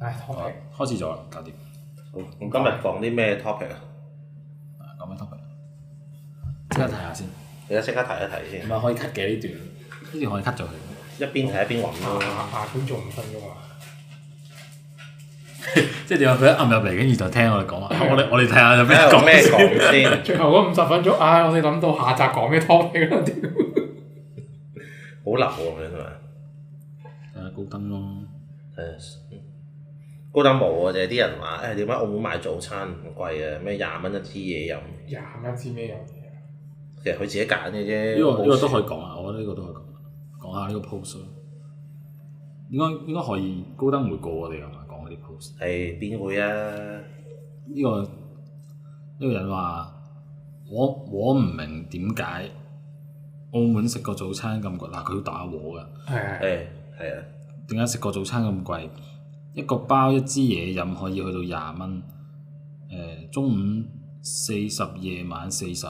唉，topic 開始咗啦，搞掂。好，咁今日講啲咩 topic 啊？啊講咩 topic？即刻睇下先，你而家即刻睇一睇唔，先係可以 cut 嘅呢段，呢段可以 cut 咗佢。一邊睇一邊揾下咯。下啊觀眾五分鐘啊！即係點解佢一暗入嚟，跟住就聽我哋講話。啊我哋我哋睇下有咩睇下有講咩先講先？最後嗰五十分鐘，唉，我哋諗到下集講咩 topic 啦，屌！好流啊！咁樣啊，睇下高登咯，係高登冇啊，就係啲人話誒點解澳門買早餐唔貴啊？咩廿蚊一支嘢飲，廿蚊知咩樣嘢啊？其實佢自己揀嘅啫。呢個呢個都可以以。講啊，我覺得呢個都可以講，講下呢個 post 咯。應該應該可以高登唔會告我哋㗎嘛，講嗰啲 post。係邊會啊？呢、個呢、個人話：我我唔明點解澳門食個早餐咁貴，嗱佢要打和㗎，係誒係啊，點解食個早餐咁貴？一個包一支嘢飲可以去到廿蚊，誒、中午四十，夜晚四十，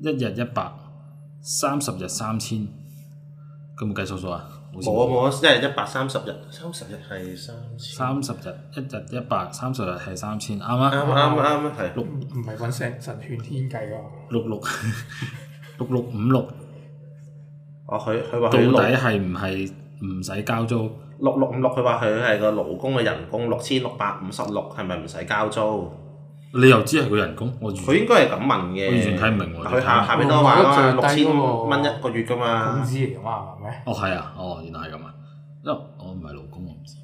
一日一百，三十日三千，佢冇計數數啊？好似冇啊冇啊，即係一百三十日，三十日係三三千。十日一日一百，三十日係三千，啱啊啱？啱啱啊，係。唔唔係揾神神勸天計㗎嘛？六 六六六五六，哦，佢佢話到佢勞底啊係唔係唔使交租？六六五六，佢話佢係個勞工嘅人工六千六百五十六，係咪唔使交租？你又知係佢人工？我完佢應該係咁問嘅。我完全睇唔明喎佢下下邊都話啊嘛，六千蚊一個月㗎工嘛。資嚟㗎嘛，係咪？哦係啊，哦原來係咁啊，因為我唔係勞工，我唔 知。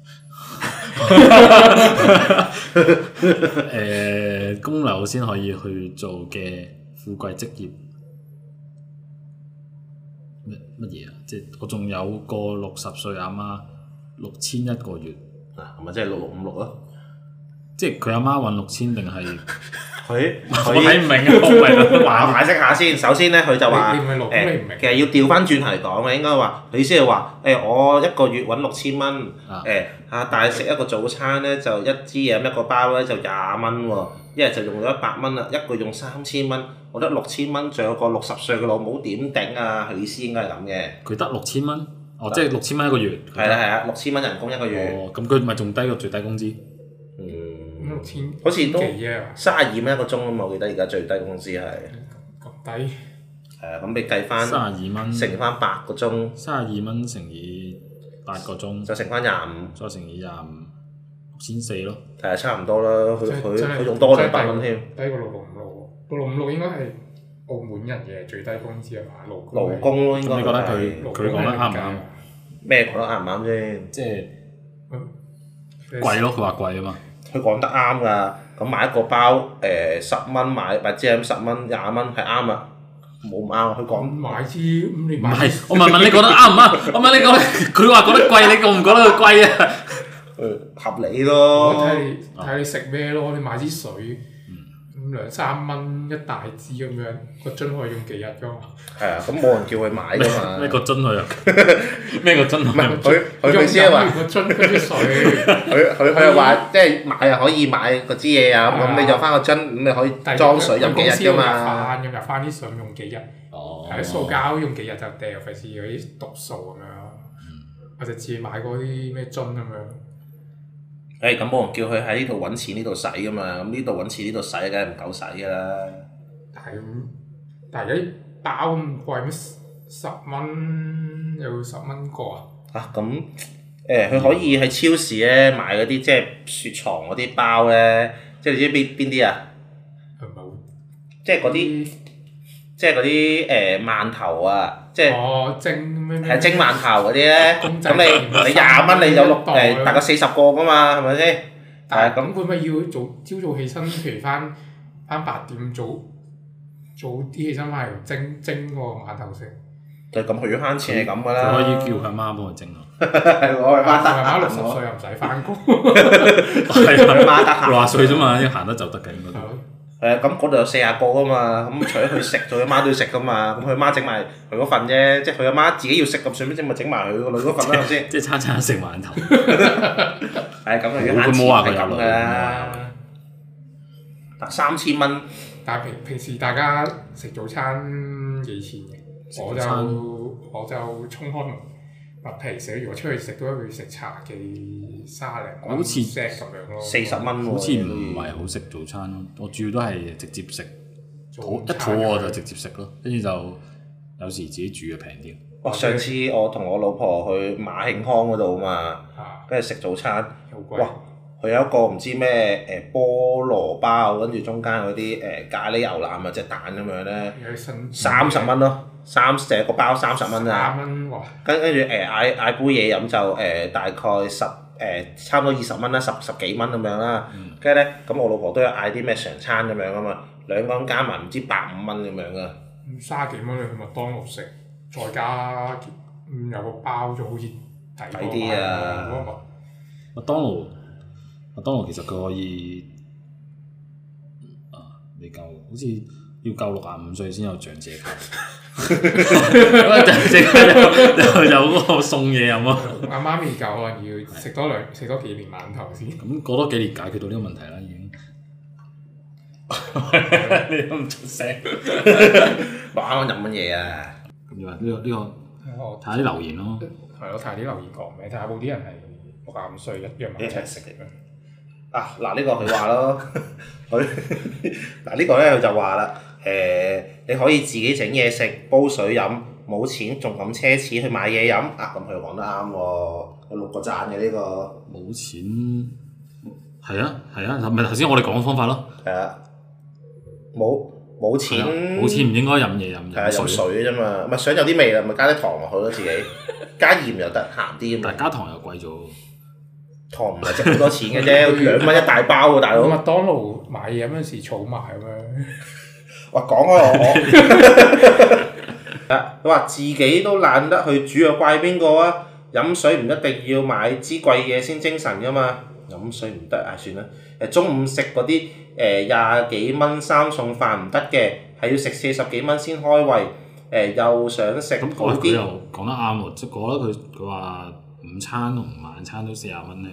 誒、供樓先可以去做嘅富貴職業乜乜嘢啊？即係我仲有個六十歲阿媽六千一個月，啊，咁咪即係六六五六咯。即係佢阿媽揾六千定係佢 我佢睇唔明 啊！我唔係嗱，我解釋下先。首先咧，佢就話你你唔係勞工你唔明誒，其實要調翻轉嚟講嘅，應該話佢意思係話誒，我一個月揾六千蚊啊誒嚇，但係食一個早餐咧就一支嘢一個包咧就廿蚊喎，一係就用咗一百蚊啦，啊一個用三千蚊，我覺得六千蚊仲有個六十歲嘅老母點頂啊！佢意思應該係咁嘅，佢得六千蚊，哦，即係六千蚊一個月。係啦係啊，六千蚊人工一個月，哦，咁佢咪仲低過最低工資？咁六嗯，千好似都幾啊？三十二蚊一個鐘啊嘛，我記得而家最低工資係咁低係啊，咁你計翻三十二蚊，乘翻八個鐘三十二蚊乘以八個鐘，就乘翻廿五。再乘以廿五，六千四咯。係差唔多啦，佢真係佢真係佢仲多兩百蚊添。低過六六五六喎，六六五六應該係澳門人嘅最低工資啊嘛，勞工係勞工咯，應該咁你覺得係佢佢講得啱唔啊啱？咩講得啱唔啱先？即係啱貴咯，佢話貴啊嘛。佢講得啱㗎。咁買一個包誒十蚊買，或者咁十蚊廿蚊係啱啊，冇唔啱。佢咁講買支咁你唔買係，我問問你覺得啱唔啱？我問你覺得 佢話覺得貴，你覺唔覺得佢貴啊？誒合理我咯，啊睇你睇你食咩咯，你買支水嗯咁兩三蚊一大支咁樣，個樽可以用幾日㗎嘛？係啊，咁冇人叫佢買㗎嘛。 咩個樽佢啊？咩個樽唔係佢？啊佢佢佢先係話用飲完個樽嗰啲 水，佢佢佢又話即係買又可以買嗰支嘢啊，咁係啊咁你就翻個樽，咁你可以裝水飲幾佢日㗎嘛。公司用入飯用入翻啲水用幾日？哦喺塑膠用幾日就掉，費事嗰啲毒素咁樣。嗯我就自己買嗰啲咩樽咁樣，誒咁冇人叫佢喺呢度揾錢呢度使㗎嘛，咁呢度揾錢呢度使啊梗係唔夠使㗎啦。但係咁，但係而家包咁貴，咩十蚊有十蚊個啊？啊，咁誒，佢、可以喺超市咧買嗰啲即係雪藏嗰啲包咧，即係你知邊邊啲啊？係咪好？即係嗰嗯啲即係嗰啲誒饅頭啊，即係哦，蒸咩咩？係啊蒸饅頭嗰啲咧。公咁仔你麵你廿蚊你有六一袋誒，大概四十個噶嘛，係咪先？但係啊係咁，咁佢咪要早朝早起身，譬如翻翻八點早早啲起身翻嚟蒸蒸個饅頭食，對，咁佢要慳錢係咁噶佢啦。可以叫佢阿媽幫佢啊蒸咯。我係阿媽得媽閒六十我歲又唔使翻工，係啊，媽得閒。六十歲啫嘛，要行得走得嘅應該係都。咯誒咁嗰度有四廿個噶嘛，咁除咗佢食，仲有媽都要食噶嘛，咁佢媽整埋佢嗰份啫，即係佢阿媽自己要食咁，順便整咪整埋佢個女嗰份啦，係咪先？即係餐餐食饅頭。係咁佢佢冇話佢有咁女㗎啦。嗱，三千蚊但係平平時大家食早餐幾錢嘅？食我早餐就我就衝開門麥皮社，如果出去食都會食茶記沙零蚊好似 set 咁樣咯，四十蚊喎，好似唔係好食早餐咯，我主要都係直接食，做肚一午肚餐餓就直接食咯，跟住就有時自己煮嘅平啲。哇！上次我同我老婆去馬慶康嗰度嘛，啊，跟住食早餐，好貴哇！佢有一個唔知咩誒菠蘿包，跟住中間嗰啲誒咖喱牛腩啊隻蛋咁樣咧，有啲新三十蚊咯，三成個包三十蚊啊！三蚊哇，跟跟住誒嗌嗌杯嘢飲就誒、大概十誒、差唔多二十蚊啦，十十幾蚊咁樣啦。跟住咧，咁我老婆都有嗌啲咩常餐咁樣啊嘛，兩個人加埋唔知百五蚊咁樣啊。咁卅幾蚊你去麥當勞食，再加嗯有個包就好似抵過抵啲啊買嗰個麥麥當勞，麥當勞其實佢可以啊未夠，好似要夠六十五歲先有長者卡。咁啊，長者卡就就有嗰個送嘢飲啊咯。阿媽未夠，可能要食多 兩食多幾年饅頭先。咁過多幾年解決到呢個問題啦，已經。 你都唔出聲。哇！啱啱飲乜嘢啊？咁就話呢個呢個我睇啲留言咯。係咯，睇啲留言講咩？睇下冇啲人係六廿五歲一樣買一齊齊食食嘅嘅。啊！嗱，呢個佢話咯，佢嗱呢個咧佢就話啦，誒、你可以自己整嘢食，煲水飲，冇錢仲咁奢侈去買嘢飲啊！咁佢講得啱喎，有六個讚嘅呢個，冇錢，係啊係啊，咪頭先我哋講嘅方法咯。係啊，冇冇錢係啊，冇錢唔應該飲嘢飲嗯係啊，飲飲水，水啫嘛，咪想有啲味啦，咪加啲糖落去咯，自己加鹽又得，鹹啲咁但係嘛，加糖又貴咗。糖唔係值好多錢嘅啫，兩蚊一大包喎，大佬。麥當勞買嘢嗰陣時儲埋咁樣，哇，講開我 我，啊佢話自己都懶得去煮，又怪邊個啊？飲水唔一定要買支貴嘢先精神噶嘛，飲水唔得啊，算啦。誒，中午食嗰啲誒廿幾蚊三餸飯唔得嘅，係要食四十幾蚊先開胃。誒、又想食咁啊好佢佢啲又，講得啱喎，即係我覺得佢佢話午餐同晚餐都四廿蚊咧，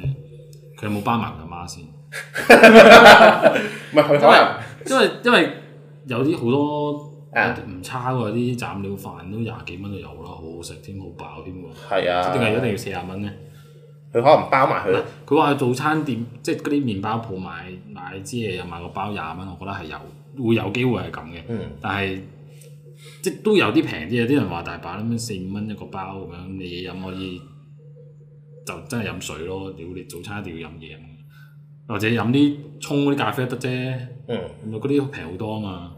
佢有冇包埋佢媽先？唔係佢可能因為因為有啲好多啊唔差喎，有啲斬料飯都廿幾蚊就有啦，好好食添，好飽添喎。係啊，點解一定要四廿蚊咧？佢可能包埋佢。佢話去早餐店即係嗰啲麵包鋪買買支嘢又買個包廿蚊，我覺得係有會有機會係咁嘅。嗯，但係即係都有啲平啲嘅，啲人話大把咁樣四五蚊一個包咁樣，你嘢飲可以就真係飲水咯。屌你早餐一定要飲嘢飲，啊或者飲啲沖嗰啲咖啡得啫。咁嗯。啊嗰啲平好多啊嘛。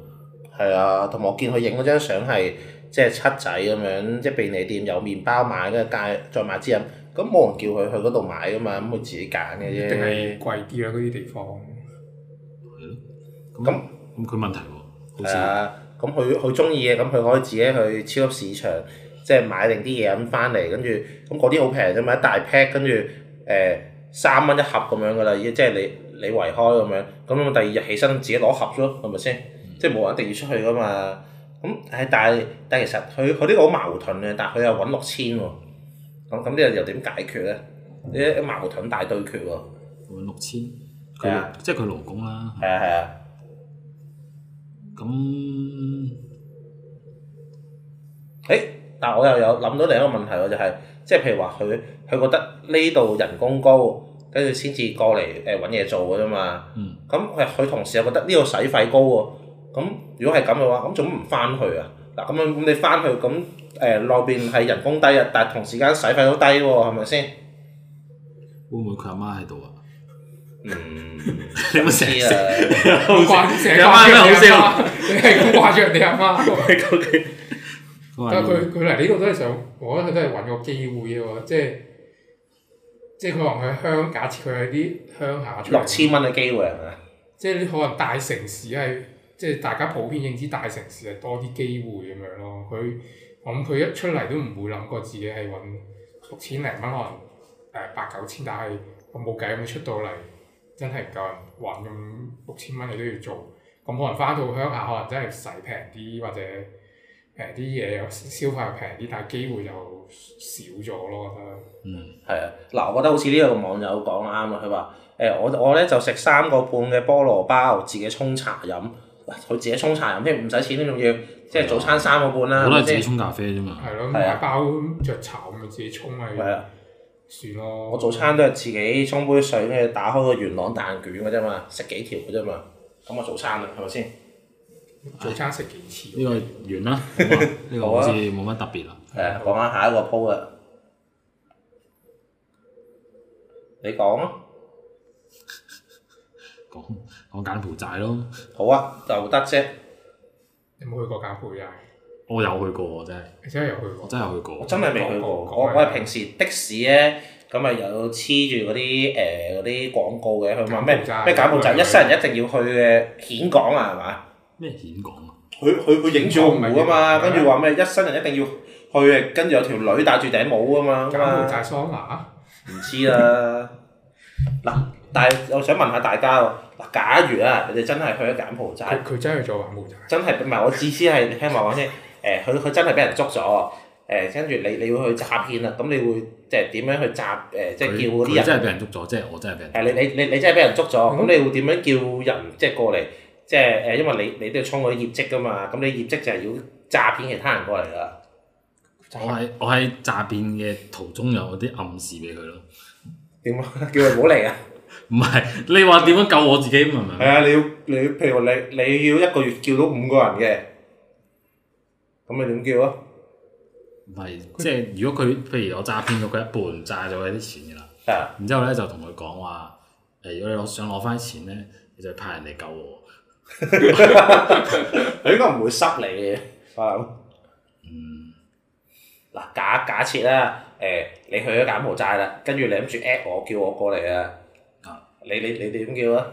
係啊，同埋我見佢影嗰張相係即係七仔咁樣，即係便利店有麵包買，跟住介再買支飲，咁冇人叫佢去嗰度買噶嘛，咁佢自己揀嘅一定係啫。貴啲啊啦嗰啲地方。咁咁佢問題喎，好係似啊，咁佢佢中意嘅，咁佢可以自己去超級市場即係買定啲嘢飲翻嚟，跟住咁嗰啲好平啫嘛，一大 pack 跟住誒三蚊一盒咁樣噶啦，已經即係你你圍開咁樣，咁咁第二日起身自己攞盒咯，係咪先？嗯即係冇人一定要出去噶嘛。咁唉，但係但係其實佢佢呢個好矛盾嘅，但係佢又揾六千喎。咁咁呢個又點解決咧？呢啲矛盾大對決喎。揾六千，係啊佢即係佢勞工啦。係啊係啊，咁誒、但我又有諗到另一個問題喎，就係、即係譬如話佢佢覺得呢度人工高，跟住先至過嚟誒揾嘢做嘅啫嘛。嗯。咁佢佢同時又覺得呢度使費高喎，咁如果係咁嘅話，咁做乜唔翻去啊？嗱，咁樣咁你翻去咁誒內邊係人工低啊，但係同時間使費都低喎，係咪先？會唔會佢阿媽喺度啊？嗯， 你咪知成日啊，好掛住成日掛住你阿媽，你係咁掛住人哋阿媽。但係佢話要佢佢嚟呢度都啊係想，我覺得佢都係揾個機會嘅喎，即係即係佢話佢鄉，假設佢喺啲鄉下出六嚟，千蚊嘅機會係咪啊？即係啲可能大城市係即係大家普遍認知大城市係多啲機會咁樣咯。佢我諗佢一出嚟都唔會諗過自己係呃揾六千零蚊，可能誒八九千，但係我冇計咁你出到嚟，真係唔夠人揾咁六千蚊你都要做。咁可能翻到鄉下，可能真係使平啲，或者呃誒啲嘢又消費又平啲，但係機會就少咗咯。我覺得嗯係啊，嗱，我覺得好似呢個網友講得啱啊，佢話誒我我咧就食三個半嘅菠蘿包，自己沖茶飲，佢自己沖茶飲添，唔使錢添，仲要即係早餐三個半啦，啊我都係自己係咪先沖咖啡啫嘛。係咯，係啊買包雀巢咪自己沖咪係啊，算咯。我早餐都係自己沖杯水，跟住打開個元朗蛋卷嘅啫嘛，食幾條嘅啫嘛，咁啊我早餐啦，係咪先？早餐食幾次？呢個完啦，好嘛呢個好似冇乜特別啦。係啊，講下下一個鋪啊啦，你講啊，講講柬埔寨咯，好啊，就得啫。你有冇去過柬埔寨？我有去過，真係你真係有去我過？真係有去我過。真係未去過，講講我講我係平時的士咧，咁啊有黐住嗰啲誒嗰啲廣告嘅，佢話咩柬埔寨咩柬埔寨一生人一定要去嘅顯港啊，係嘛？咩顯港啊？佢佢佢影住個湖啊顯港唔係嘛，跟住話咩一生人一定要去嘅，跟住有條女戴住頂帽啊嘛，啊柬埔寨桑拿唔知啦。嗱，但係我想問下大家喎，嗱，假如啊你哋真係去咗柬埔寨。佢佢真係去咗柬埔寨。真係唔係我自私係聽埋講先。誒，佢佢真係俾人捉咗，誒跟住你你會去詐騙啦，咁你會即係點樣去詐誒？即係佢叫嗰啲佢人真係俾人捉咗，即係我真係俾人捉誒你你你你真係俾人捉咗，咁你會點樣叫人即係過嚟？即係誒，因為你你都要衝嗰啲業績噶嘛，咁你業績就係要詐騙其他人過嚟啦。咗。我喺我喺詐騙嘅途中有啲暗示俾佢咯。點啊？ 叫佢唔好嚟啊！唔係 你話點樣救我自己？明唔明係？啊，你要你譬如你你要一個月叫到五個人嘅，咁你點叫啊？唔係即係如果佢譬如我詐騙咗佢一半，詐咗佢啲錢㗎啦，啊，然之後咧就同佢講話誒，如果你攞想攞翻錢咧，你就派人嚟救我。佢應該唔會塞你嘅，我諗嗯，嗱假假設啦，誒、你去咗柬埔寨啦，跟住你諗住 at 我叫我過嚟啊啊，你你你點叫啊？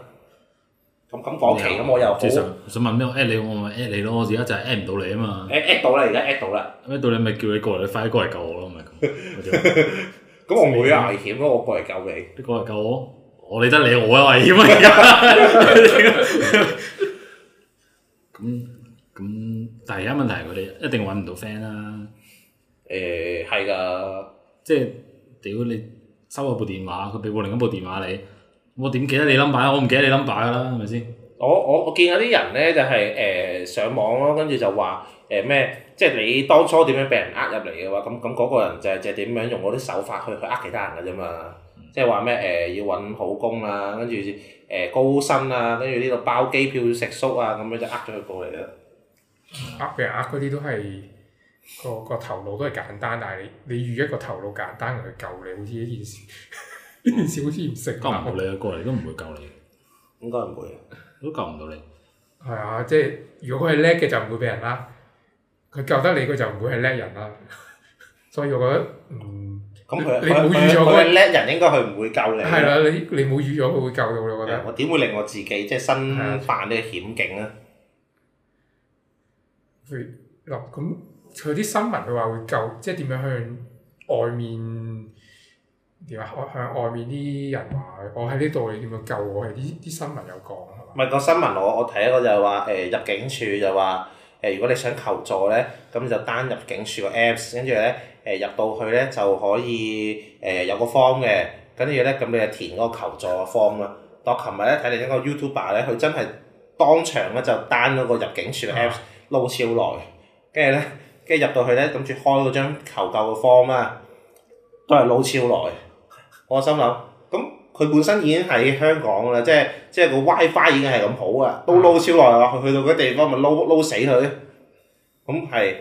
咁咁講期咁我又好 at 即係想想問咩？我 at 你，我咪 at 你咯。我而家就係 at 唔到你啊嘛。 at 到啦，而家 at 到啦，咩到你咪叫你過嚟，你快啲過嚟救我咯，咪 咁。我就咁我唔會啊危險咯，我過嚟救你。你過嚟救我，我理得你，我有危險啊！而家咁咁，但係而家問題係佢哋一定揾唔到 friend 啦。誒係㗎，即係屌你收咗部電話，佢俾部另一部電話你，我點記得你 number 啊？我唔記得你 number 㗎啦，係咪先？我我我見有啲人咧就係、誒、上網咯，跟住就話誒咩，即係你當初點樣俾人呃入嚟嘅話，咁咁嗰個人就係就係點樣用嗰啲手法去去呃其他人㗎啫嘛。即係話咩誒要揾好工啊，跟住誒高薪啊，跟住呢度包機票食宿啊，咁樣就呃咗佢過嚟啦。呃俾人呃嗰啲都係個個頭腦都係簡單，但係你你遇一個頭腦簡單嘅去救你，好似呢件事呢件事好似唔成救唔到立。你，啊過嚟都唔會救你，應該唔會。都救唔到你。係啊，即係如果佢係叻嘅就唔會俾人呃，佢救得你佢就唔會係叻人啦。所以我覺得嗯咁佢你冇佢預咗佢嗰佢係叻人應該佢唔會救你。係啦，你你冇預咗佢會救到你，我覺得。我點會令我自己即係身係啊犯呢個險境啊？譬如嗱，咁佢啲新聞佢話會救，即係點樣向外面點啊？向向外面啲人話我喺呢度，你點樣救我？係啲啲新聞有講係嘛唔？係個新聞我我睇一個就係話誒入境處就話誒、如果你想求助咧，咁你就 down 入境處個 apps，跟住咧誒入到去咧就可以誒、有個 form 嘅，跟住咧咁你就填嗰個求助嘅 form 啦。但我琴日咧睇另一個 YouTuber 咧，佢真係當場咧就 down 嗰個入境處嘅 apps 撈超耐，跟住咧跟住入到去咧，諗住開嗰張求救嘅 form 啦，都係撈超耐。我心諗，咁佢本身已經喺香港啦，即係即係個 WiFi 已經係咁好啊，都撈超耐啦。佢去到嗰地方咪撈撈死佢，咁係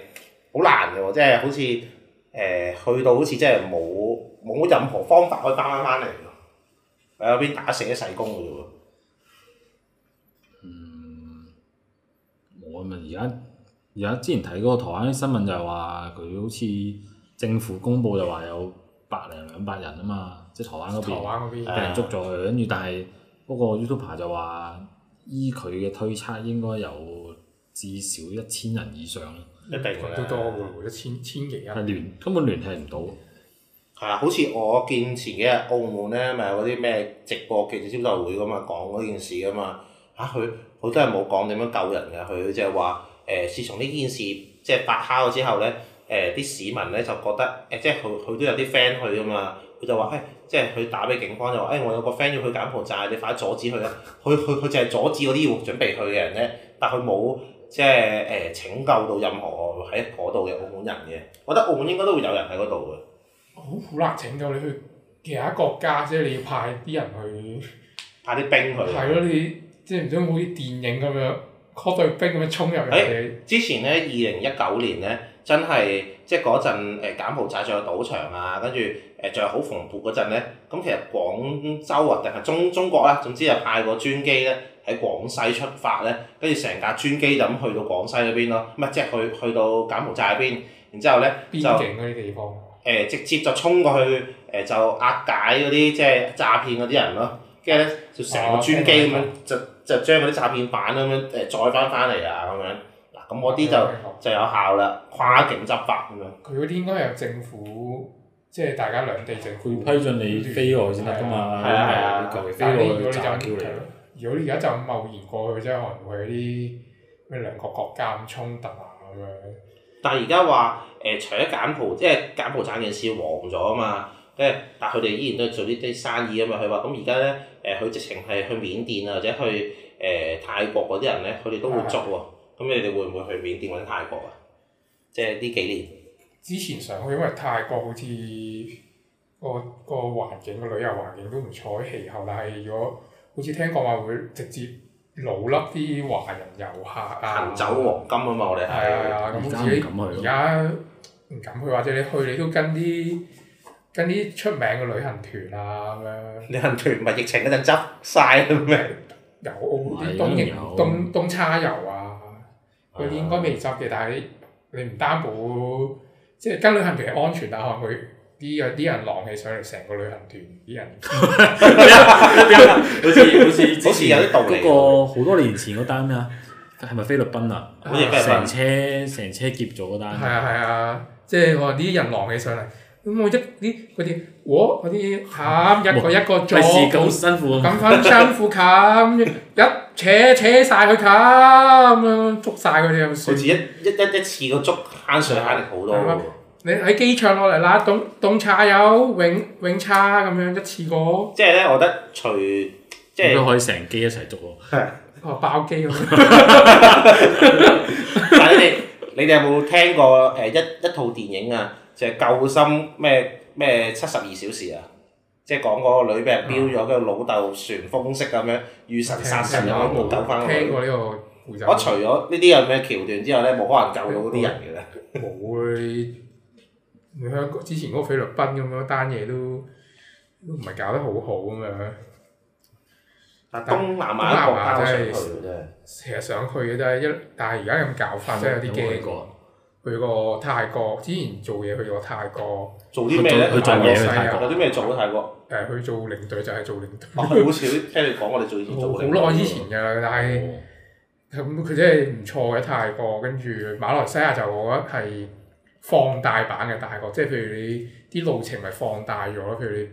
好難嘅喎，即係好似誒、去到好似真係冇冇任何方法可以翻翻翻嚟喎，喺嗰邊打死咗細工嘅啫喎。嗯，我咪而家而家之前睇嗰個台灣啲新聞就係話佢好似政府公佈就話有百零兩百人啊嘛，即係台灣嗰台邊灣嗰邊啊俾人捉咗佢，跟住但係嗰個 YouTuber 就話依佢嘅推測應該有至少一千人以上啦，一定都多嘅喎，一千千幾係人。聯根本聯繫唔到。係啊，好似我見前幾日澳門咧，咪有嗰啲咩直播記者招待會噶嘛，講嗰件事噶嘛。嚇佢佢都係冇講點樣救人嘅，佢就係話誒，自從呢件事即係發酵咗之後咧，誒、啲市民咧就覺得誒、即係佢佢都有啲 friend 去噶嘛，佢就話誒、即係佢打俾警方就話：，誒、我有個 friend 要去柬埔寨，你快啲阻止佢啦！啊佢佢佢就係阻止嗰啲要準備去嘅人咧，但佢冇即係誒、拯救到任何喺嗰度嘅澳門人嘅。我覺得澳門應該都會有人喺嗰度嘅。好好難拯救你去其他國家啫，你要派啲人去，派啲兵佢。係咯，你即係唔想好似電影咁樣 call 隊兵咁樣衝入人哋，之前咧，二零一九年咧，真係即係嗰陣誒柬埔寨仲有賭場啊，跟住誒仲有好蓬勃嗰陣咧，咁其實廣州啊定係中中國啦，總之就派個專機咧喺廣西出發咧，跟住成架專機就咁去到廣西嗰邊咯，唔係即係去去到柬埔寨嗰邊，然之後咧邊就。境嗰啲地方。誒、呃直接就衝過去誒、呃就押解嗰啲即係詐騙嗰啲人咯，跟住咧就成個專機咁樣哦就就將嗰啲詐騙犯咁樣誒、呃再翻翻嚟啊咁樣，嗱咁嗰啲嗯就就有效啦，跨境執法咁樣。佢嗰啲應該係政府，即係大家兩地政府佢批准你飛外先得噶嘛，係啊係啊求其飛但係如外果去你就炸 Q 你。如果你而家就咁貿然過去，即係可能會有啲咩兩個國家咁衝突啊咁樣。但係而家話誒，除咗柬埔即係柬埔寨件事黃咗啊嘛，跟住但係佢哋依然都係做呢啲生意啊嘛。佢話咁而家咧誒，佢直情係去緬甸啊，或者去誒、泰國嗰啲人咧，佢哋都會捉喎。咁你哋會唔會去緬甸或者泰國啊？即係呢幾年之前上去，因為泰國好似個個環境個旅遊環境都唔錯，氣候，但係如果好似聽講話會直接老笠啲華人遊客啊，行走黃金啊嘛，我哋係係啊，咁而家自己唔敢去咯而家唔敢去，或者你去你都跟啲跟啲出名嘅旅行團啊咁樣。你行團唔係疫情嗰陣執晒咁樣，有澳啲係東營有東東叉油啊，嗰啲應該未執嘅，但係你你唔擔保，即係跟旅行團係安全，但係可能佢啲有啲人狼起上嚟，成個旅行團啲人好似好似好似有啲道理嗰個好多年前嗰單咩啊？係咪菲律賓啊？好似菲律成賓車成車劫咗嗰係單。啊係啊，即係我話啲人狼起上嚟，咁我一啲嗰啲我嗰啲冚一個一個費事咁做，辛苦咁分辛苦冚，一扯扯晒佢冚咁樣捉晒佢哋又好算似。一一一一次個捉慳水慳力好多係喎啊。你喺機場落嚟啦，凍凍茶有永永差咁樣一次過，即係咧，我覺得除即係咁都可以成機一齊捉喎。哦爆機咁樣。但係你哋你哋有冇聽過誒一一套電影啊？就係救心咩咩七十二小時啊！即係講嗰個女俾人標咗，跟住老豆旋風式咁樣遇神殺神咁樣冇救翻個聽女。過呢個故仔。我除咗呢啲咁嘅橋段之後咧，冇可能救到啲人嘅啦。冇你你香港之前嗰個菲律賓咁樣單嘢都都唔係搞得好好咁樣。但東南亞國家我想去嘅真係。成日想去嘅真係一，但係而家咁搞法真係有有啲冇去驚。過？啊去過泰國，之前做嘢去過泰國，做啲咩咧？去做嘢去泰泰國國有啲咩做咧？泰國？誒、去做領隊就係做領隊，我好少聽你講，我哋做以前做嘅好耐之前㗎啦，但係。哦咁佢真係唔錯嘅泰國，跟住馬來西亞就我覺得係放大版嘅泰國，即係譬如你啲路程咪放大咗咯，譬如你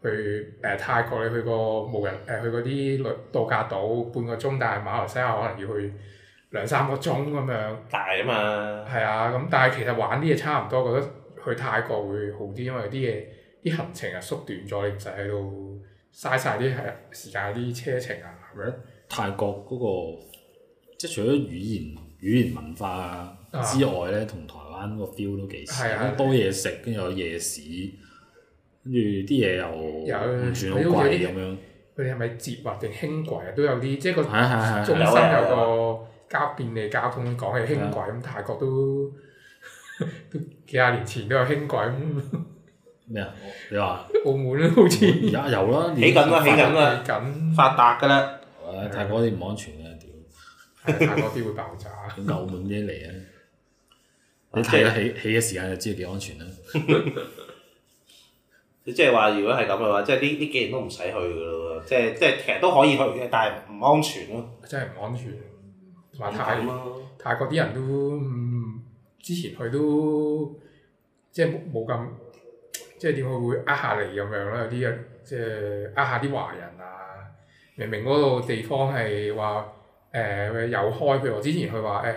去誒、呃泰國你去個無人誒、呃去嗰啲旅度假島半個鐘，但係馬來西亞可能要去兩三個鐘咁樣，大啊嘛。係啊，咁但係其實玩啲嘢差唔多，覺得去泰國會好啲，因為啲嘢啲行程啊縮短咗，你唔使喺度嘥晒啲係時間啲車程啊咁樣。泰國嗰、個即係除咗語言語言文化之外咧，同、台灣個 feel 都幾似啊係啊，多嘢食，跟住有夜市，跟住啲嘢又有唔算好貴咁樣。佢哋係咪捷或定輕軌啊？都有啲即係個係啊係啊係中啊心有啊個交便利交通，講起輕軌咁，泰國都 都幾廿年前都有輕軌咁，咩啊？你話澳門好似而家有啦，起緊啦起緊啦緊，啊發達㗎啦，唉泰國啲唔安全啊嘅，屌係泰國啲會爆炸。點解 澳門啲嚟啊？你睇咗起起嘅時間就知道幾安全啦。即係話，如果係咁嘅話，即係呢呢幾年都唔使去㗎咯喎，即係即係其實都可以去嘅，但係唔安全咯。真係唔安全。同埋泰咁咯，泰國啲人都、嗯之前去都即係冇冇咁，即係點佢會呃下你咁樣啦。有啲人即係呃下啲華人啊，明明嗰度地方係話誒有開，譬如我之前佢話誒啊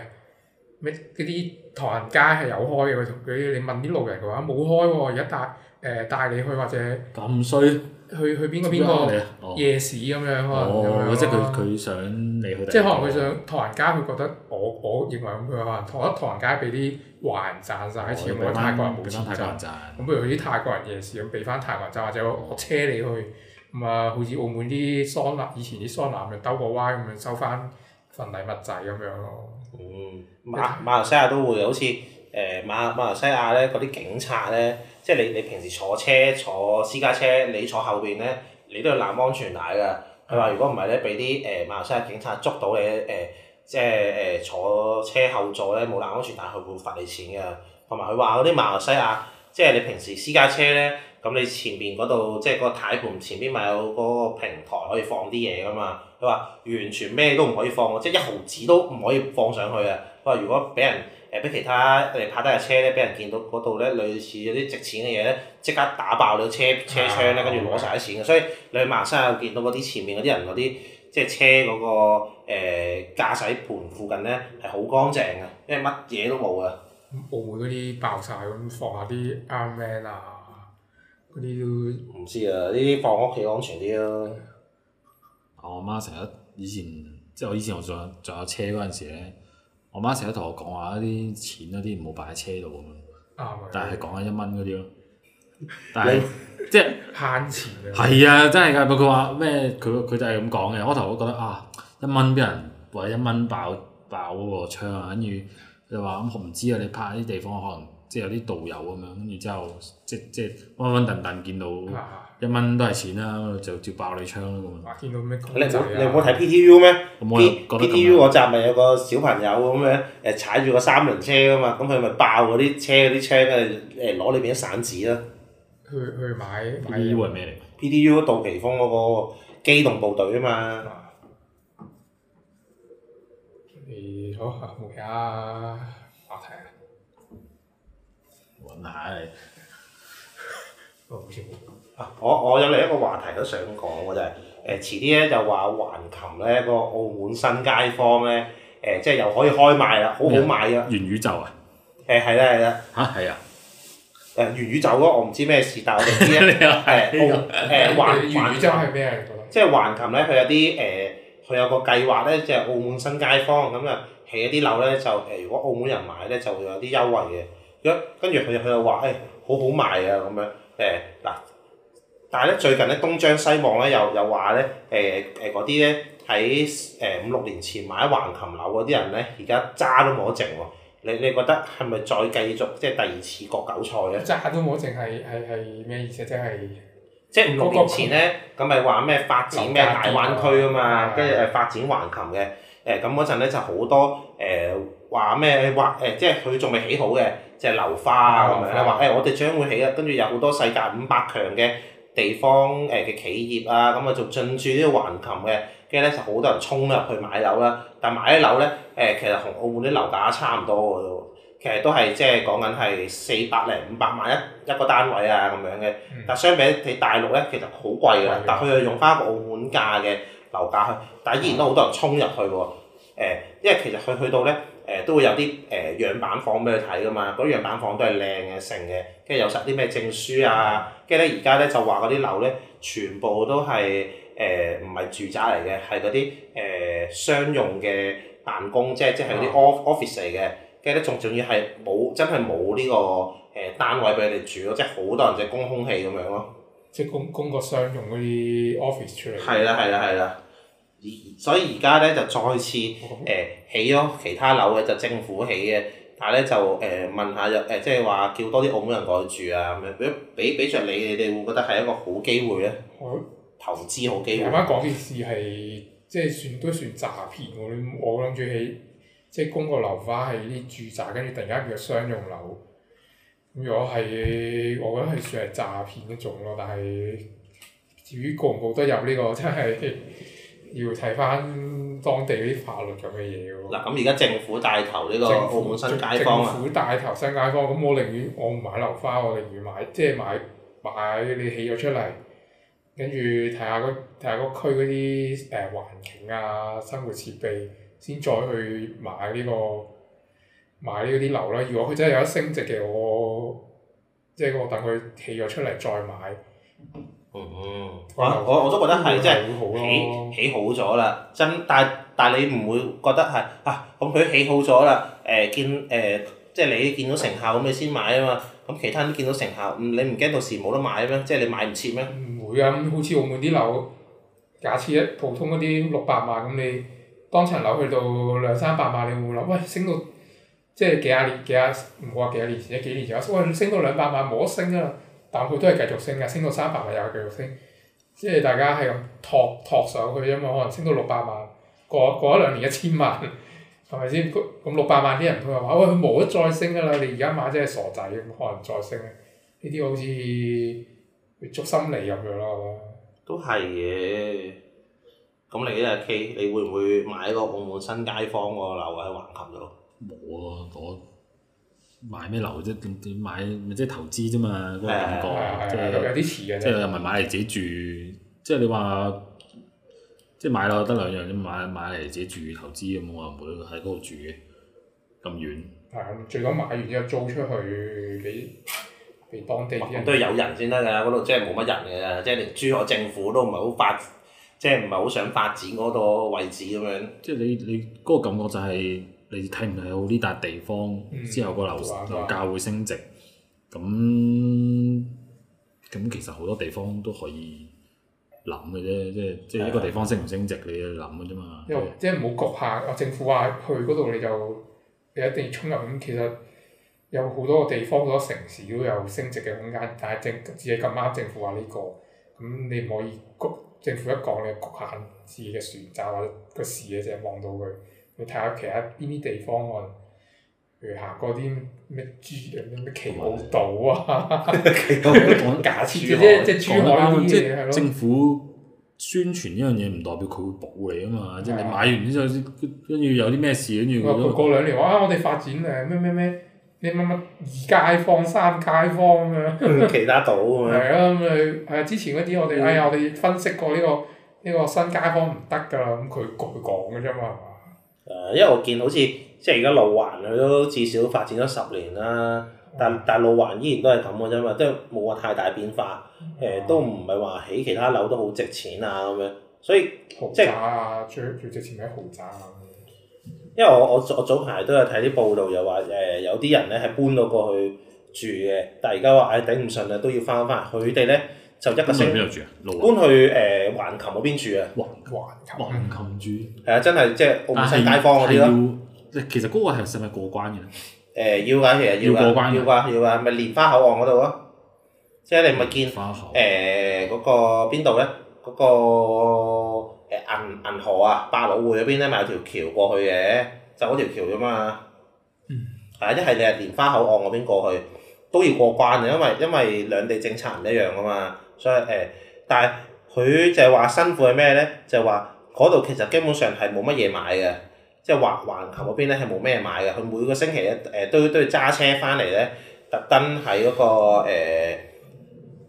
咩嗰啲唐人街係有開嘅，佢同佢你問啲路人佢話冇開喎，而家大誒、誒帶你去或者咁衰，去去邊個邊邊個嚟啊？哦夜市咁樣可能咁樣哦咯，即係佢佢想你去地方，即係可能佢想唐人街，佢覺得我我認為咁佢可能唐一唐人街俾啲華人賺晒哦錢，俾我泰國人冇俾錢翻泰國人賺，賺，咁不如去啲泰國人夜市咁俾翻泰國人賺，或者我我車你去咁啊，好似澳門啲桑拿以前啲桑拿咪兜個彎咁樣收翻份禮物仔咁樣咯。嗯，馬馬來西亞都會好似誒、呃、馬馬來西亞咧嗰啲警察咧，即係你你平時坐車坐私家車，你坐後邊咧，你都要攬安全帶㗎。佢話如果唔係咧，俾啲誒馬來西亞警察捉到你誒、呃即係誒、呃坐車後座咧冇攬安全帶，佢會罰你錢㗎。同埋佢話嗰啲馬來西亞，即係你平時私家車咧，咁你前面嗰度即係個軚盤前面咪有嗰個平台可以放啲嘢㗎嘛？佢話完全咩都唔可以放喎，即係一毫子都唔可以放上去啊！佢話如果俾人誒俾、其他誒泊低嘅車咧，俾人見到嗰度咧，類似嗰啲值錢嘅嘢咧，即刻打爆你個車車窗咧，跟住攞晒啲錢嘅。所以你去馬來西亞見到嗰啲前面嗰啲人嗰啲即係車嗰、個誒、駕駛盤附近咧係好乾淨嘅，因為乜嘢都冇啊！咁澳門嗰啲爆晒咁放下啲 Iron Man 啊，嗰啲都唔知啊，呢啲放屋企安全啲啊咯。哦我媽成日以前，即係我以前我仲有仲有車嗰陣時咧，我媽成日同我講話啲錢嗰啲唔好擺喺車度咁樣，啱啊。但係講緊一蚊嗰啲咯。但係 即係慳錢啊！係啊，真係㗎！佢話咩？佢佢就係咁講嘅。我頭我覺得啊，一蚊俾人或者一蚊爆爆嗰個窗啊，跟住佢話咁我唔知啊，你拍啲地方可能即係有啲導遊咁樣，跟住之後即即温温頓頓見到啊，一蚊都係錢啦，就照爆你窗啦咁樣。啊哇！見到咩公你仔冇啊？你冇睇 PTU 咩咁我又？P 覺得咁啊 PTU 樣嗰集咪有個小朋友咁樣誒踩住個三輪車噶嘛，咁佢咪爆嗰啲車嗰啲窗誒誒攞裏邊啲散紙啦。去去買買呢個係咩 PTU 杜琪峰嗰個機動部隊啊嘛，啊！你好，冇其他話題啊？嚟？揾下你。哦好似冇。啊我我有另一個話題都想講喎，就係誒遲啲咧就話橫琴咧個澳門新街坊咧誒即係又可以開賣啦，好好賣啊！元宇宙啊？誒係啦係啦。嚇係啊！誒元宇宙嗰個我唔知咩事，但係我哋知咧 你又係誒澳誒環粵語環真球係咩嚟講？即係環琴咧，佢有啲誒，佢、有個計劃咧，即係澳門新街坊咁啊，起一啲樓咧就誒、如果澳門人買咧就會有啲優惠嘅。如果跟住佢佢又話誒、好好賣啊咁樣誒嗱，但係咧最近咧東張西望咧又又話咧誒誒嗰啲咧喺誒五六年前買橫琴樓嗰啲人咧，而家渣都冇得剩喎。你你覺得係咪再繼續即係第二次割韭菜咧？渣都冇，淨係係係咩意思？即係即係五六年前咧，咁咪話咩發展咩大灣區啊嘛，跟住誒發展橫琴嘅，誒咁嗰陣咧就好多誒話咩話誒，即係佢仲未起好嘅，即係流花啊咁樣咧話誒，我哋將會起啊，跟住有好多世界五百強嘅地方誒嘅企業啊，咁啊就進駐呢個橫琴嘅，跟住咧就好多人衝入去買樓啦，但買啲樓咧呃誒其實同澳門啲樓價差唔多嘅啫喎。其實都係即係講緊係四百零五百萬一一個單位啊咁樣嘅，嗯但相比你大陸咧，其實好貴㗎啦貴㗎，但佢又用翻個澳門價嘅樓價去，但係依然都好多人衝入去喎。誒、因為其實佢去到咧，誒、都會有啲誒、呃樣板房俾佢睇㗎嘛，嗰啲樣板房都係靚嘅、成嘅，跟住有晒啲咩證書啊，跟住咧而家咧就話嗰啲樓咧全部都係誒唔係住宅嚟嘅，係嗰啲誒商用嘅辦公，即係即係嗰啲 off- office 嚟嘅，跟住咧仲仲要係冇真係冇呢個誒、單位俾你哋住咯，即係好多人就供空氣咁樣咯。即係供供個商用嗰啲 office 出嚟。係啦係啦係啦，而所以而家咧就再次誒、哦起咗其他樓嘅就政府起嘅，但係咧就誒、問下就誒、即係話叫多啲澳門人過去住啊咁樣，俾俾俾著你，你哋會覺得係一個好機會咧，我投資好機啱會。啱講件事係即係算都算詐騙喎！你我諗住起即係供個樓花係啲住宅，跟住突然間變咗商用樓。咁如果係我覺得係算係詐騙一種咯，但係至於告唔告得入呢、個真係要睇翻當地啲法律咁嘅嘢喎。嗱咁而家政府帶頭呢個政澳府門新街坊政啊，府帶頭新街坊，咁我寧願我唔買樓花，我寧願買即係買買你起咗出嚟，跟住睇下嗰睇下嗰區嗰啲誒環境啊、生活設備，先再去買呢、個買呢啲樓啦。如果佢真係有得升值嘅，我即係我等佢起咗出嚟再買，嗯，我哇我我都覺得係，即係會好啊咯。起起好咗啦，真但但你唔會覺得係啊，咁佢起好咗啦，誒、見誒、即係你見到成效咁你先買啊嘛，咁其他人都見到成效，嗯你唔驚到時冇得買咩？即係你買唔切咩？唔會啊！咁好似澳門啲樓，假設一普通嗰啲六百萬咁，你當層樓去到兩三百萬，你會諗喂升到即係幾廿年幾廿唔好話幾廿年前，幾年前喂升到兩百萬冇得升啊！但佢都係繼續升㗎，升到三百萬又係繼續升，即係大家係咁托托上去啫嘛，可能升到六百萬，過過一兩年一千萬。係咪先？咁六百萬啲人佢話：喂，佢冇得再升㗎啦！你而家買真係傻仔咁，可能再升咧。呢啲好似〜捉心理咁樣咯，都係嘅。咁你呢個 K，你會唔會買個澳門新街坊個樓喺橫琴度？冇啊！我買咩樓啫？點點買咪即係投資啫嘛？嗰個感係啊覺即係啊，有係啲似嘅即係啫。又唔係買嚟自己住，即係你話即係買樓得兩樣啫，買買嚟自己住投資咁，我唔會喺嗰度住嘅咁遠。係啊，最多買完之後租出去俾俾當地啲咁人。哦都要有人先得㗎，嗰度真係冇乜人嘅，即係連珠海政府都唔係好發，即係唔係好想發展嗰個位置咁樣。即係你你嗰個感覺就係你睇唔睇好呢笪地方、嗯之後個樓好啊樓價會升值，咁咁其實好多地方都可以諗嘅啫，即係即係一個地方升唔升值你就諗嘅啫嘛。因為即係冇局限，啊政府話去嗰度你就你一定要衝入咁，其實有好多個地方好多城市都有升值嘅空間，但係政只係咁啱政府話呢、個，咁你唔可以局政府一講你局限自己嘅選擇或者個視野淨係望到佢，你睇下其他邊啲地方可能。譬如行過啲咩珠咩咩旗澳島啊，講假設珠啫，海即係珠海呢啱啊啲即嘢係係咯。政府宣傳呢樣嘢唔代表佢會保你啊嘛，即係你買完之後跟住有啲咩事跟住話佢過都過兩年話啊，我哋發展誒咩咩咩咩乜乜二街坊、三街坊咁樣， 其他島咁樣。係啊咁誒係啊之前嗰啲嗯我哋哎呀我哋分析過呢、個呢、個新街坊唔得㗎啦，咁佢佢講嘅啫嘛，誒，因為我見好似即係而家路環佢都至少發展咗十年啦，但但路環依然都係咁嘅啫嘛，即係冇話太大變化。誒、都唔係話起其他樓都好值錢啊咁樣，所以豪即係宅啊，最最值錢咪豪宅啊，因為我我我早排都有睇啲報道，又話誒、有啲人咧係搬咗過去住嘅，但係而家話誒頂唔順啦，都要翻返。佢哋咧就一個搬去星邊度住啊？路環搬去誒、環琴嗰邊住啊，環球橫琴住。係啊，真係即係澳門新街坊嗰啲咯。咯。係其實嗰個係使咪過關嘅咧？誒、要㗎，其實要要㗎，過關㗎要㗎，要㗎，咪蓮花口岸嗰度咯。即係你咪見花口誒嗰個邊度咧？嗰、個誒銀銀河啊，百老匯嗰邊咧咪有條橋過去嘅，就嗰條橋啫嘛。係啊，一係你係蓮花口岸嗰邊過去，都要過關嘅，因為因為兩地政策唔一樣啊嘛，所以誒、但係佢就係話辛苦係咩咧？就係話嗰度其實基本上係冇乜嘢買嘅，即係環環球嗰邊咧係冇咩買嘅，佢每個星期咧誒、都都要揸車翻嚟咧，特登喺嗰個誒。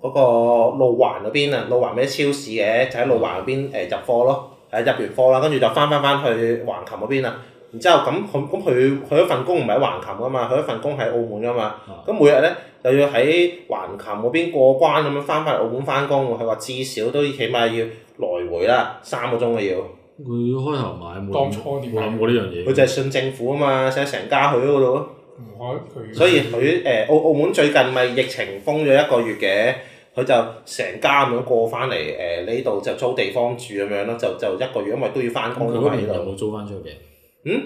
嗰個路環嗰邊啊，路環咩超市嘅，就喺路環嗰邊誒入貨咯，誒入完貨啦，跟住就翻翻翻去橫琴嗰邊啦。然之後咁佢咁佢佢一份工唔係喺橫琴噶嘛，佢一份工喺澳門噶嘛。咁每日咧就要喺橫琴嗰邊過關咁樣翻返嚟澳門翻工喎。佢話至少都起碼要來回啦，三個鐘嘅要。佢開頭買冇當諗初點啊冇諗過呢樣嘢。佢就係信政府啊嘛，所以成家去嗰度咯。唔可佢所以佢誒澳澳門最近咪疫情封咗一個月嘅，佢就成家咁樣過翻嚟誒呢度就租地方住咁樣咯，就就一個月，因為都要翻咁工佢㗎嗰嘛邊呢有度。冇租翻出去俾人？嗯？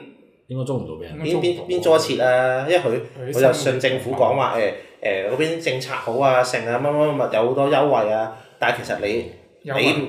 應該租唔到俾人。嗯邊邊邊租一次啊？因為佢佢佢就信政府講話誒誒嗰邊政策好啊，剩啊乜乜乜有好多優惠啊，但係其實你有你啊唔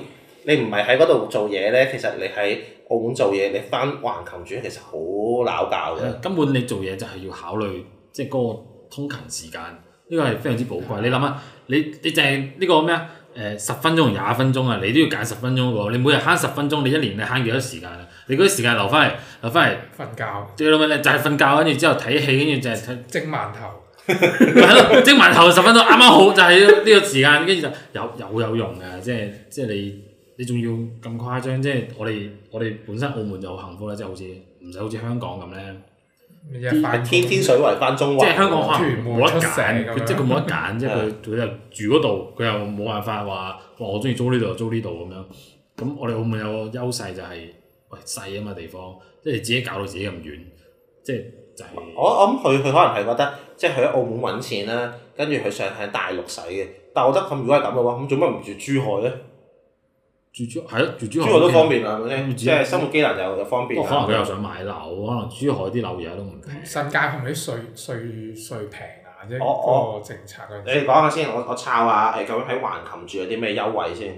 你唔係喺嗰度做嘢咧，其實你喺澳門做嘢，你翻橫琴住其實好鬧教嘅。根本你做嘢就係要考慮，即係嗰個通勤時間，呢個係非常之寶貴。你諗下，你你淨係呢個咩啊？誒十分鐘同廿分鐘啊，你都要揀十分鐘嗰個。你每日慳十分鐘，你一年你慳幾多時間啊？你嗰啲時間留翻嚟，留翻嚟，瞓覺屌你咪就係瞓覺，跟住之後睇戲，跟住就係睇蒸饅頭，係咯，蒸埋頭十分鐘啱啱好，就係呢個時間，跟住就有有有用嘅，即係即係你你仲要咁誇張，即係我哋我哋本身澳門就好幸福啦，即係好似唔使好似香港咁咧，日日翻工天天水圍翻中環，即係香港可屯能門冇得出世揀，咁樣佢即係佢冇得揀，即係佢佢就住嗰度，佢又冇辦法話哇我中意租呢度就租呢度咁樣。咁我哋澳門有個優勢就係喂細啊嘛地方，即係你自己搞到自己咁遠，即係就係我我諗佢佢可能係覺得，即係佢喺澳門揾錢啦，跟住佢想喺大陸使嘅。但係我覺得咁如果係咁嘅話，咁做乜唔住珠海咧？住珠係咯，住珠珠海海都方便啊啦，係咪先？嗯即係生活機能又又方便啊不過可能啦。佢又想買樓，可能珠海啲樓而家都唔平。新界係咪啲税税税平啊？即係我我嗰個政策嗰你陣時哋講下先，我我抄下誒究竟喺橫琴住有啲咩優惠先。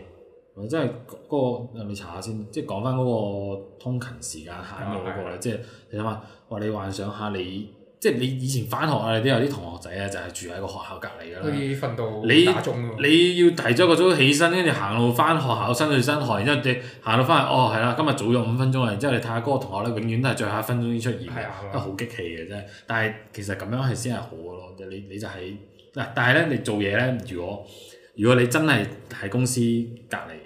或者係嗰個你查下先，即係講翻嗰個通勤時間限嘅嗰個咧，即係你諗下，哇！你幻想下你，即係你以前翻學啊，你都有啲同學仔啊，就係住喺個學校隔離嗰㗎啦。啲瞓你到打鐘啊㗎喎你要提早個早起身，跟住行路翻學校，身水身汗，然之後你行到翻去，哦係啦，今日早咗五分鐘啊，然之後你睇下嗰個同學咧，永遠都係最後一分鐘先出現係嘅，啊都好激氣嘅真係。但係其實咁樣係先係好嘅咯，你你就係、嗱，但係咧你做嘢咧，如果如果你真係喺公司隔離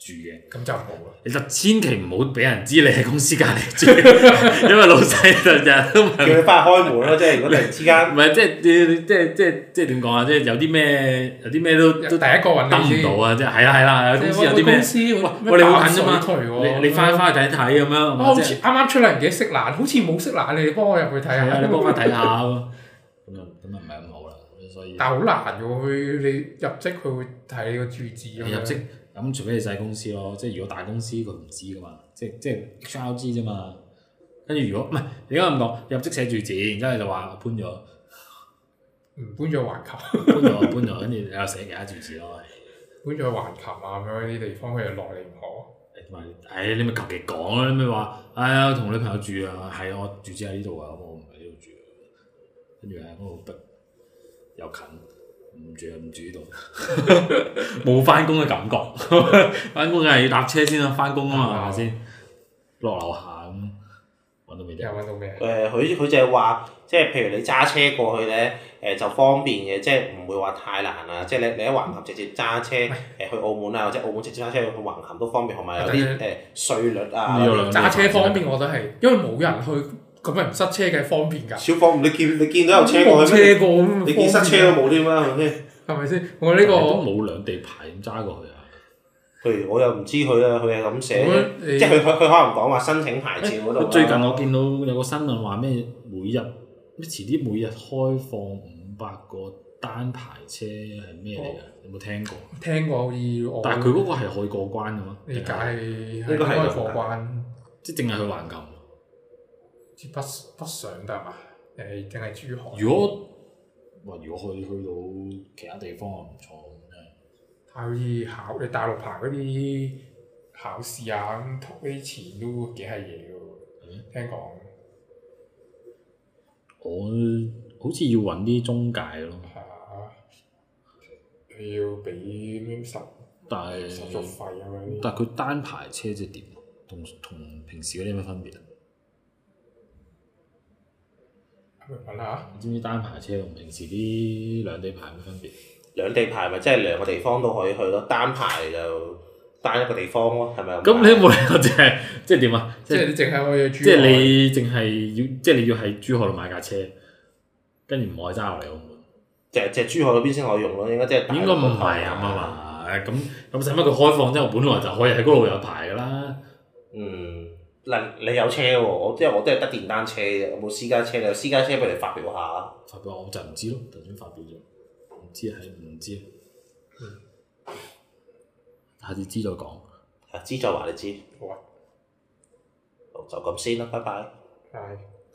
住嘅。咁就冇啦。你就千祈唔好俾人知你喺公司隔離 住，因為老細就日日都叫問，佢翻去開門咯，即係如果突然之間 唔係即係即係即係即係點講啊？即係有啲咩有啲咩都第一都個揾你得唔先，到啊！即係係啦係啦，有公司有啲咩咩喂你好近啫嘛嘛你你翻翻去睇睇咁樣，啊我好或者似啱啱出嚟唔記得熄冷，好似冇熄冷，你哋幫我入去睇係啊，下。你幫我睇下咁。咁啊咁啊唔係咁好啦，所以但好難嘅喎，佢你入職佢會睇你個住址咁你入樣。職咁，除非你細公司咯，即係如果大公司佢唔知噶嘛，即係即係 HR 知啫嘛。跟住如果唔係你而家咁講，入職寫住址，然之後你就話搬咗。唔搬咗去環球， 搬咗搬咗，跟住你又寫其他住址咯。搬咗去環球啊咁樣啲地方，佢就落嚟唔可。同埋，唉，你咪求其講啦，你咪話，哎呀，我同女朋友住啊，係啊我住址喺呢度啊，咁我唔喺呢度住，跟住喺嗰度逼，又近，唔住啊，唔住呢度，冇翻工嘅感覺，翻工梗係要搭車先啦，翻工啊嘛，係咪先？落樓下咁，揾到未又啫？揾到咩？誒，佢佢就係話，即係譬如你揸車過去咧，誒、就方便嘅，即係唔會話太難啊。即係你你喺橫琴直接揸車誒、去澳門啊，或者澳門直接揸車去橫琴都方便，同埋有啲誒、稅率啊，有兩揸車方便我都係，因為冇人去，咁咪唔塞車嘅方便㗎。小方你見你見到有車過冇去咩？車過咁，你見塞車都冇添啦，係咪先？係咪先？我呢個都冇兩地牌咁揸過去啊！譬如我又唔知佢啊，佢係咁寫啫，我即你係佢佢佢可能講話申請牌照嗰度啊。最近我見到有個新聞話咩，每日咩遲啲每日開放五百個單牌車係咩嚟㗎？哦有冇聽過？聽過好似我但係佢嗰個係可以過關㗎嘛？理解係應該係開過關，即係淨係去橫琴。接北北上得嘛？誒，定係珠海？如果哇，如果可以去到其他地方唔錯咁真係。但好似考你大陸牌嗰啲考試啊，咁同嗰啲錢都幾係嘢嗯㗎喎。聽講我好似要揾啲中介咯，係啊，你要俾咩十但手續係費啊嗰啲。但係佢單牌車即係點？啊同同平時嗰啲有咩分別啊？咪揾下，你知唔知單牌車同平時啲兩地牌有咩分別？兩地牌咪即係兩個地方都可以去咯，單牌就單一個地方咯，係咪咁咁你冇理由即係即係點啊？即係你淨係可以去即珠係海。你淨係要，即係你要喺珠海度買架車，跟住唔可以揸落嚟澳門。就係就係珠海嗰邊先可以用咯，應該即係大陸應該唔係咁啊嘛，咁咁使乜佢開放之後，本來就可以喺嗰度有牌㗎啦。嗯，嗱，你有車喎，我即係我都係得電單車嘅，我冇私家車，你有私家車俾你發表下。發表我就唔知咯，頭先發表咗，唔知啊係唔知。下次知再講。啊，資助話你知，好啊，好就咁先啦，拜拜。係。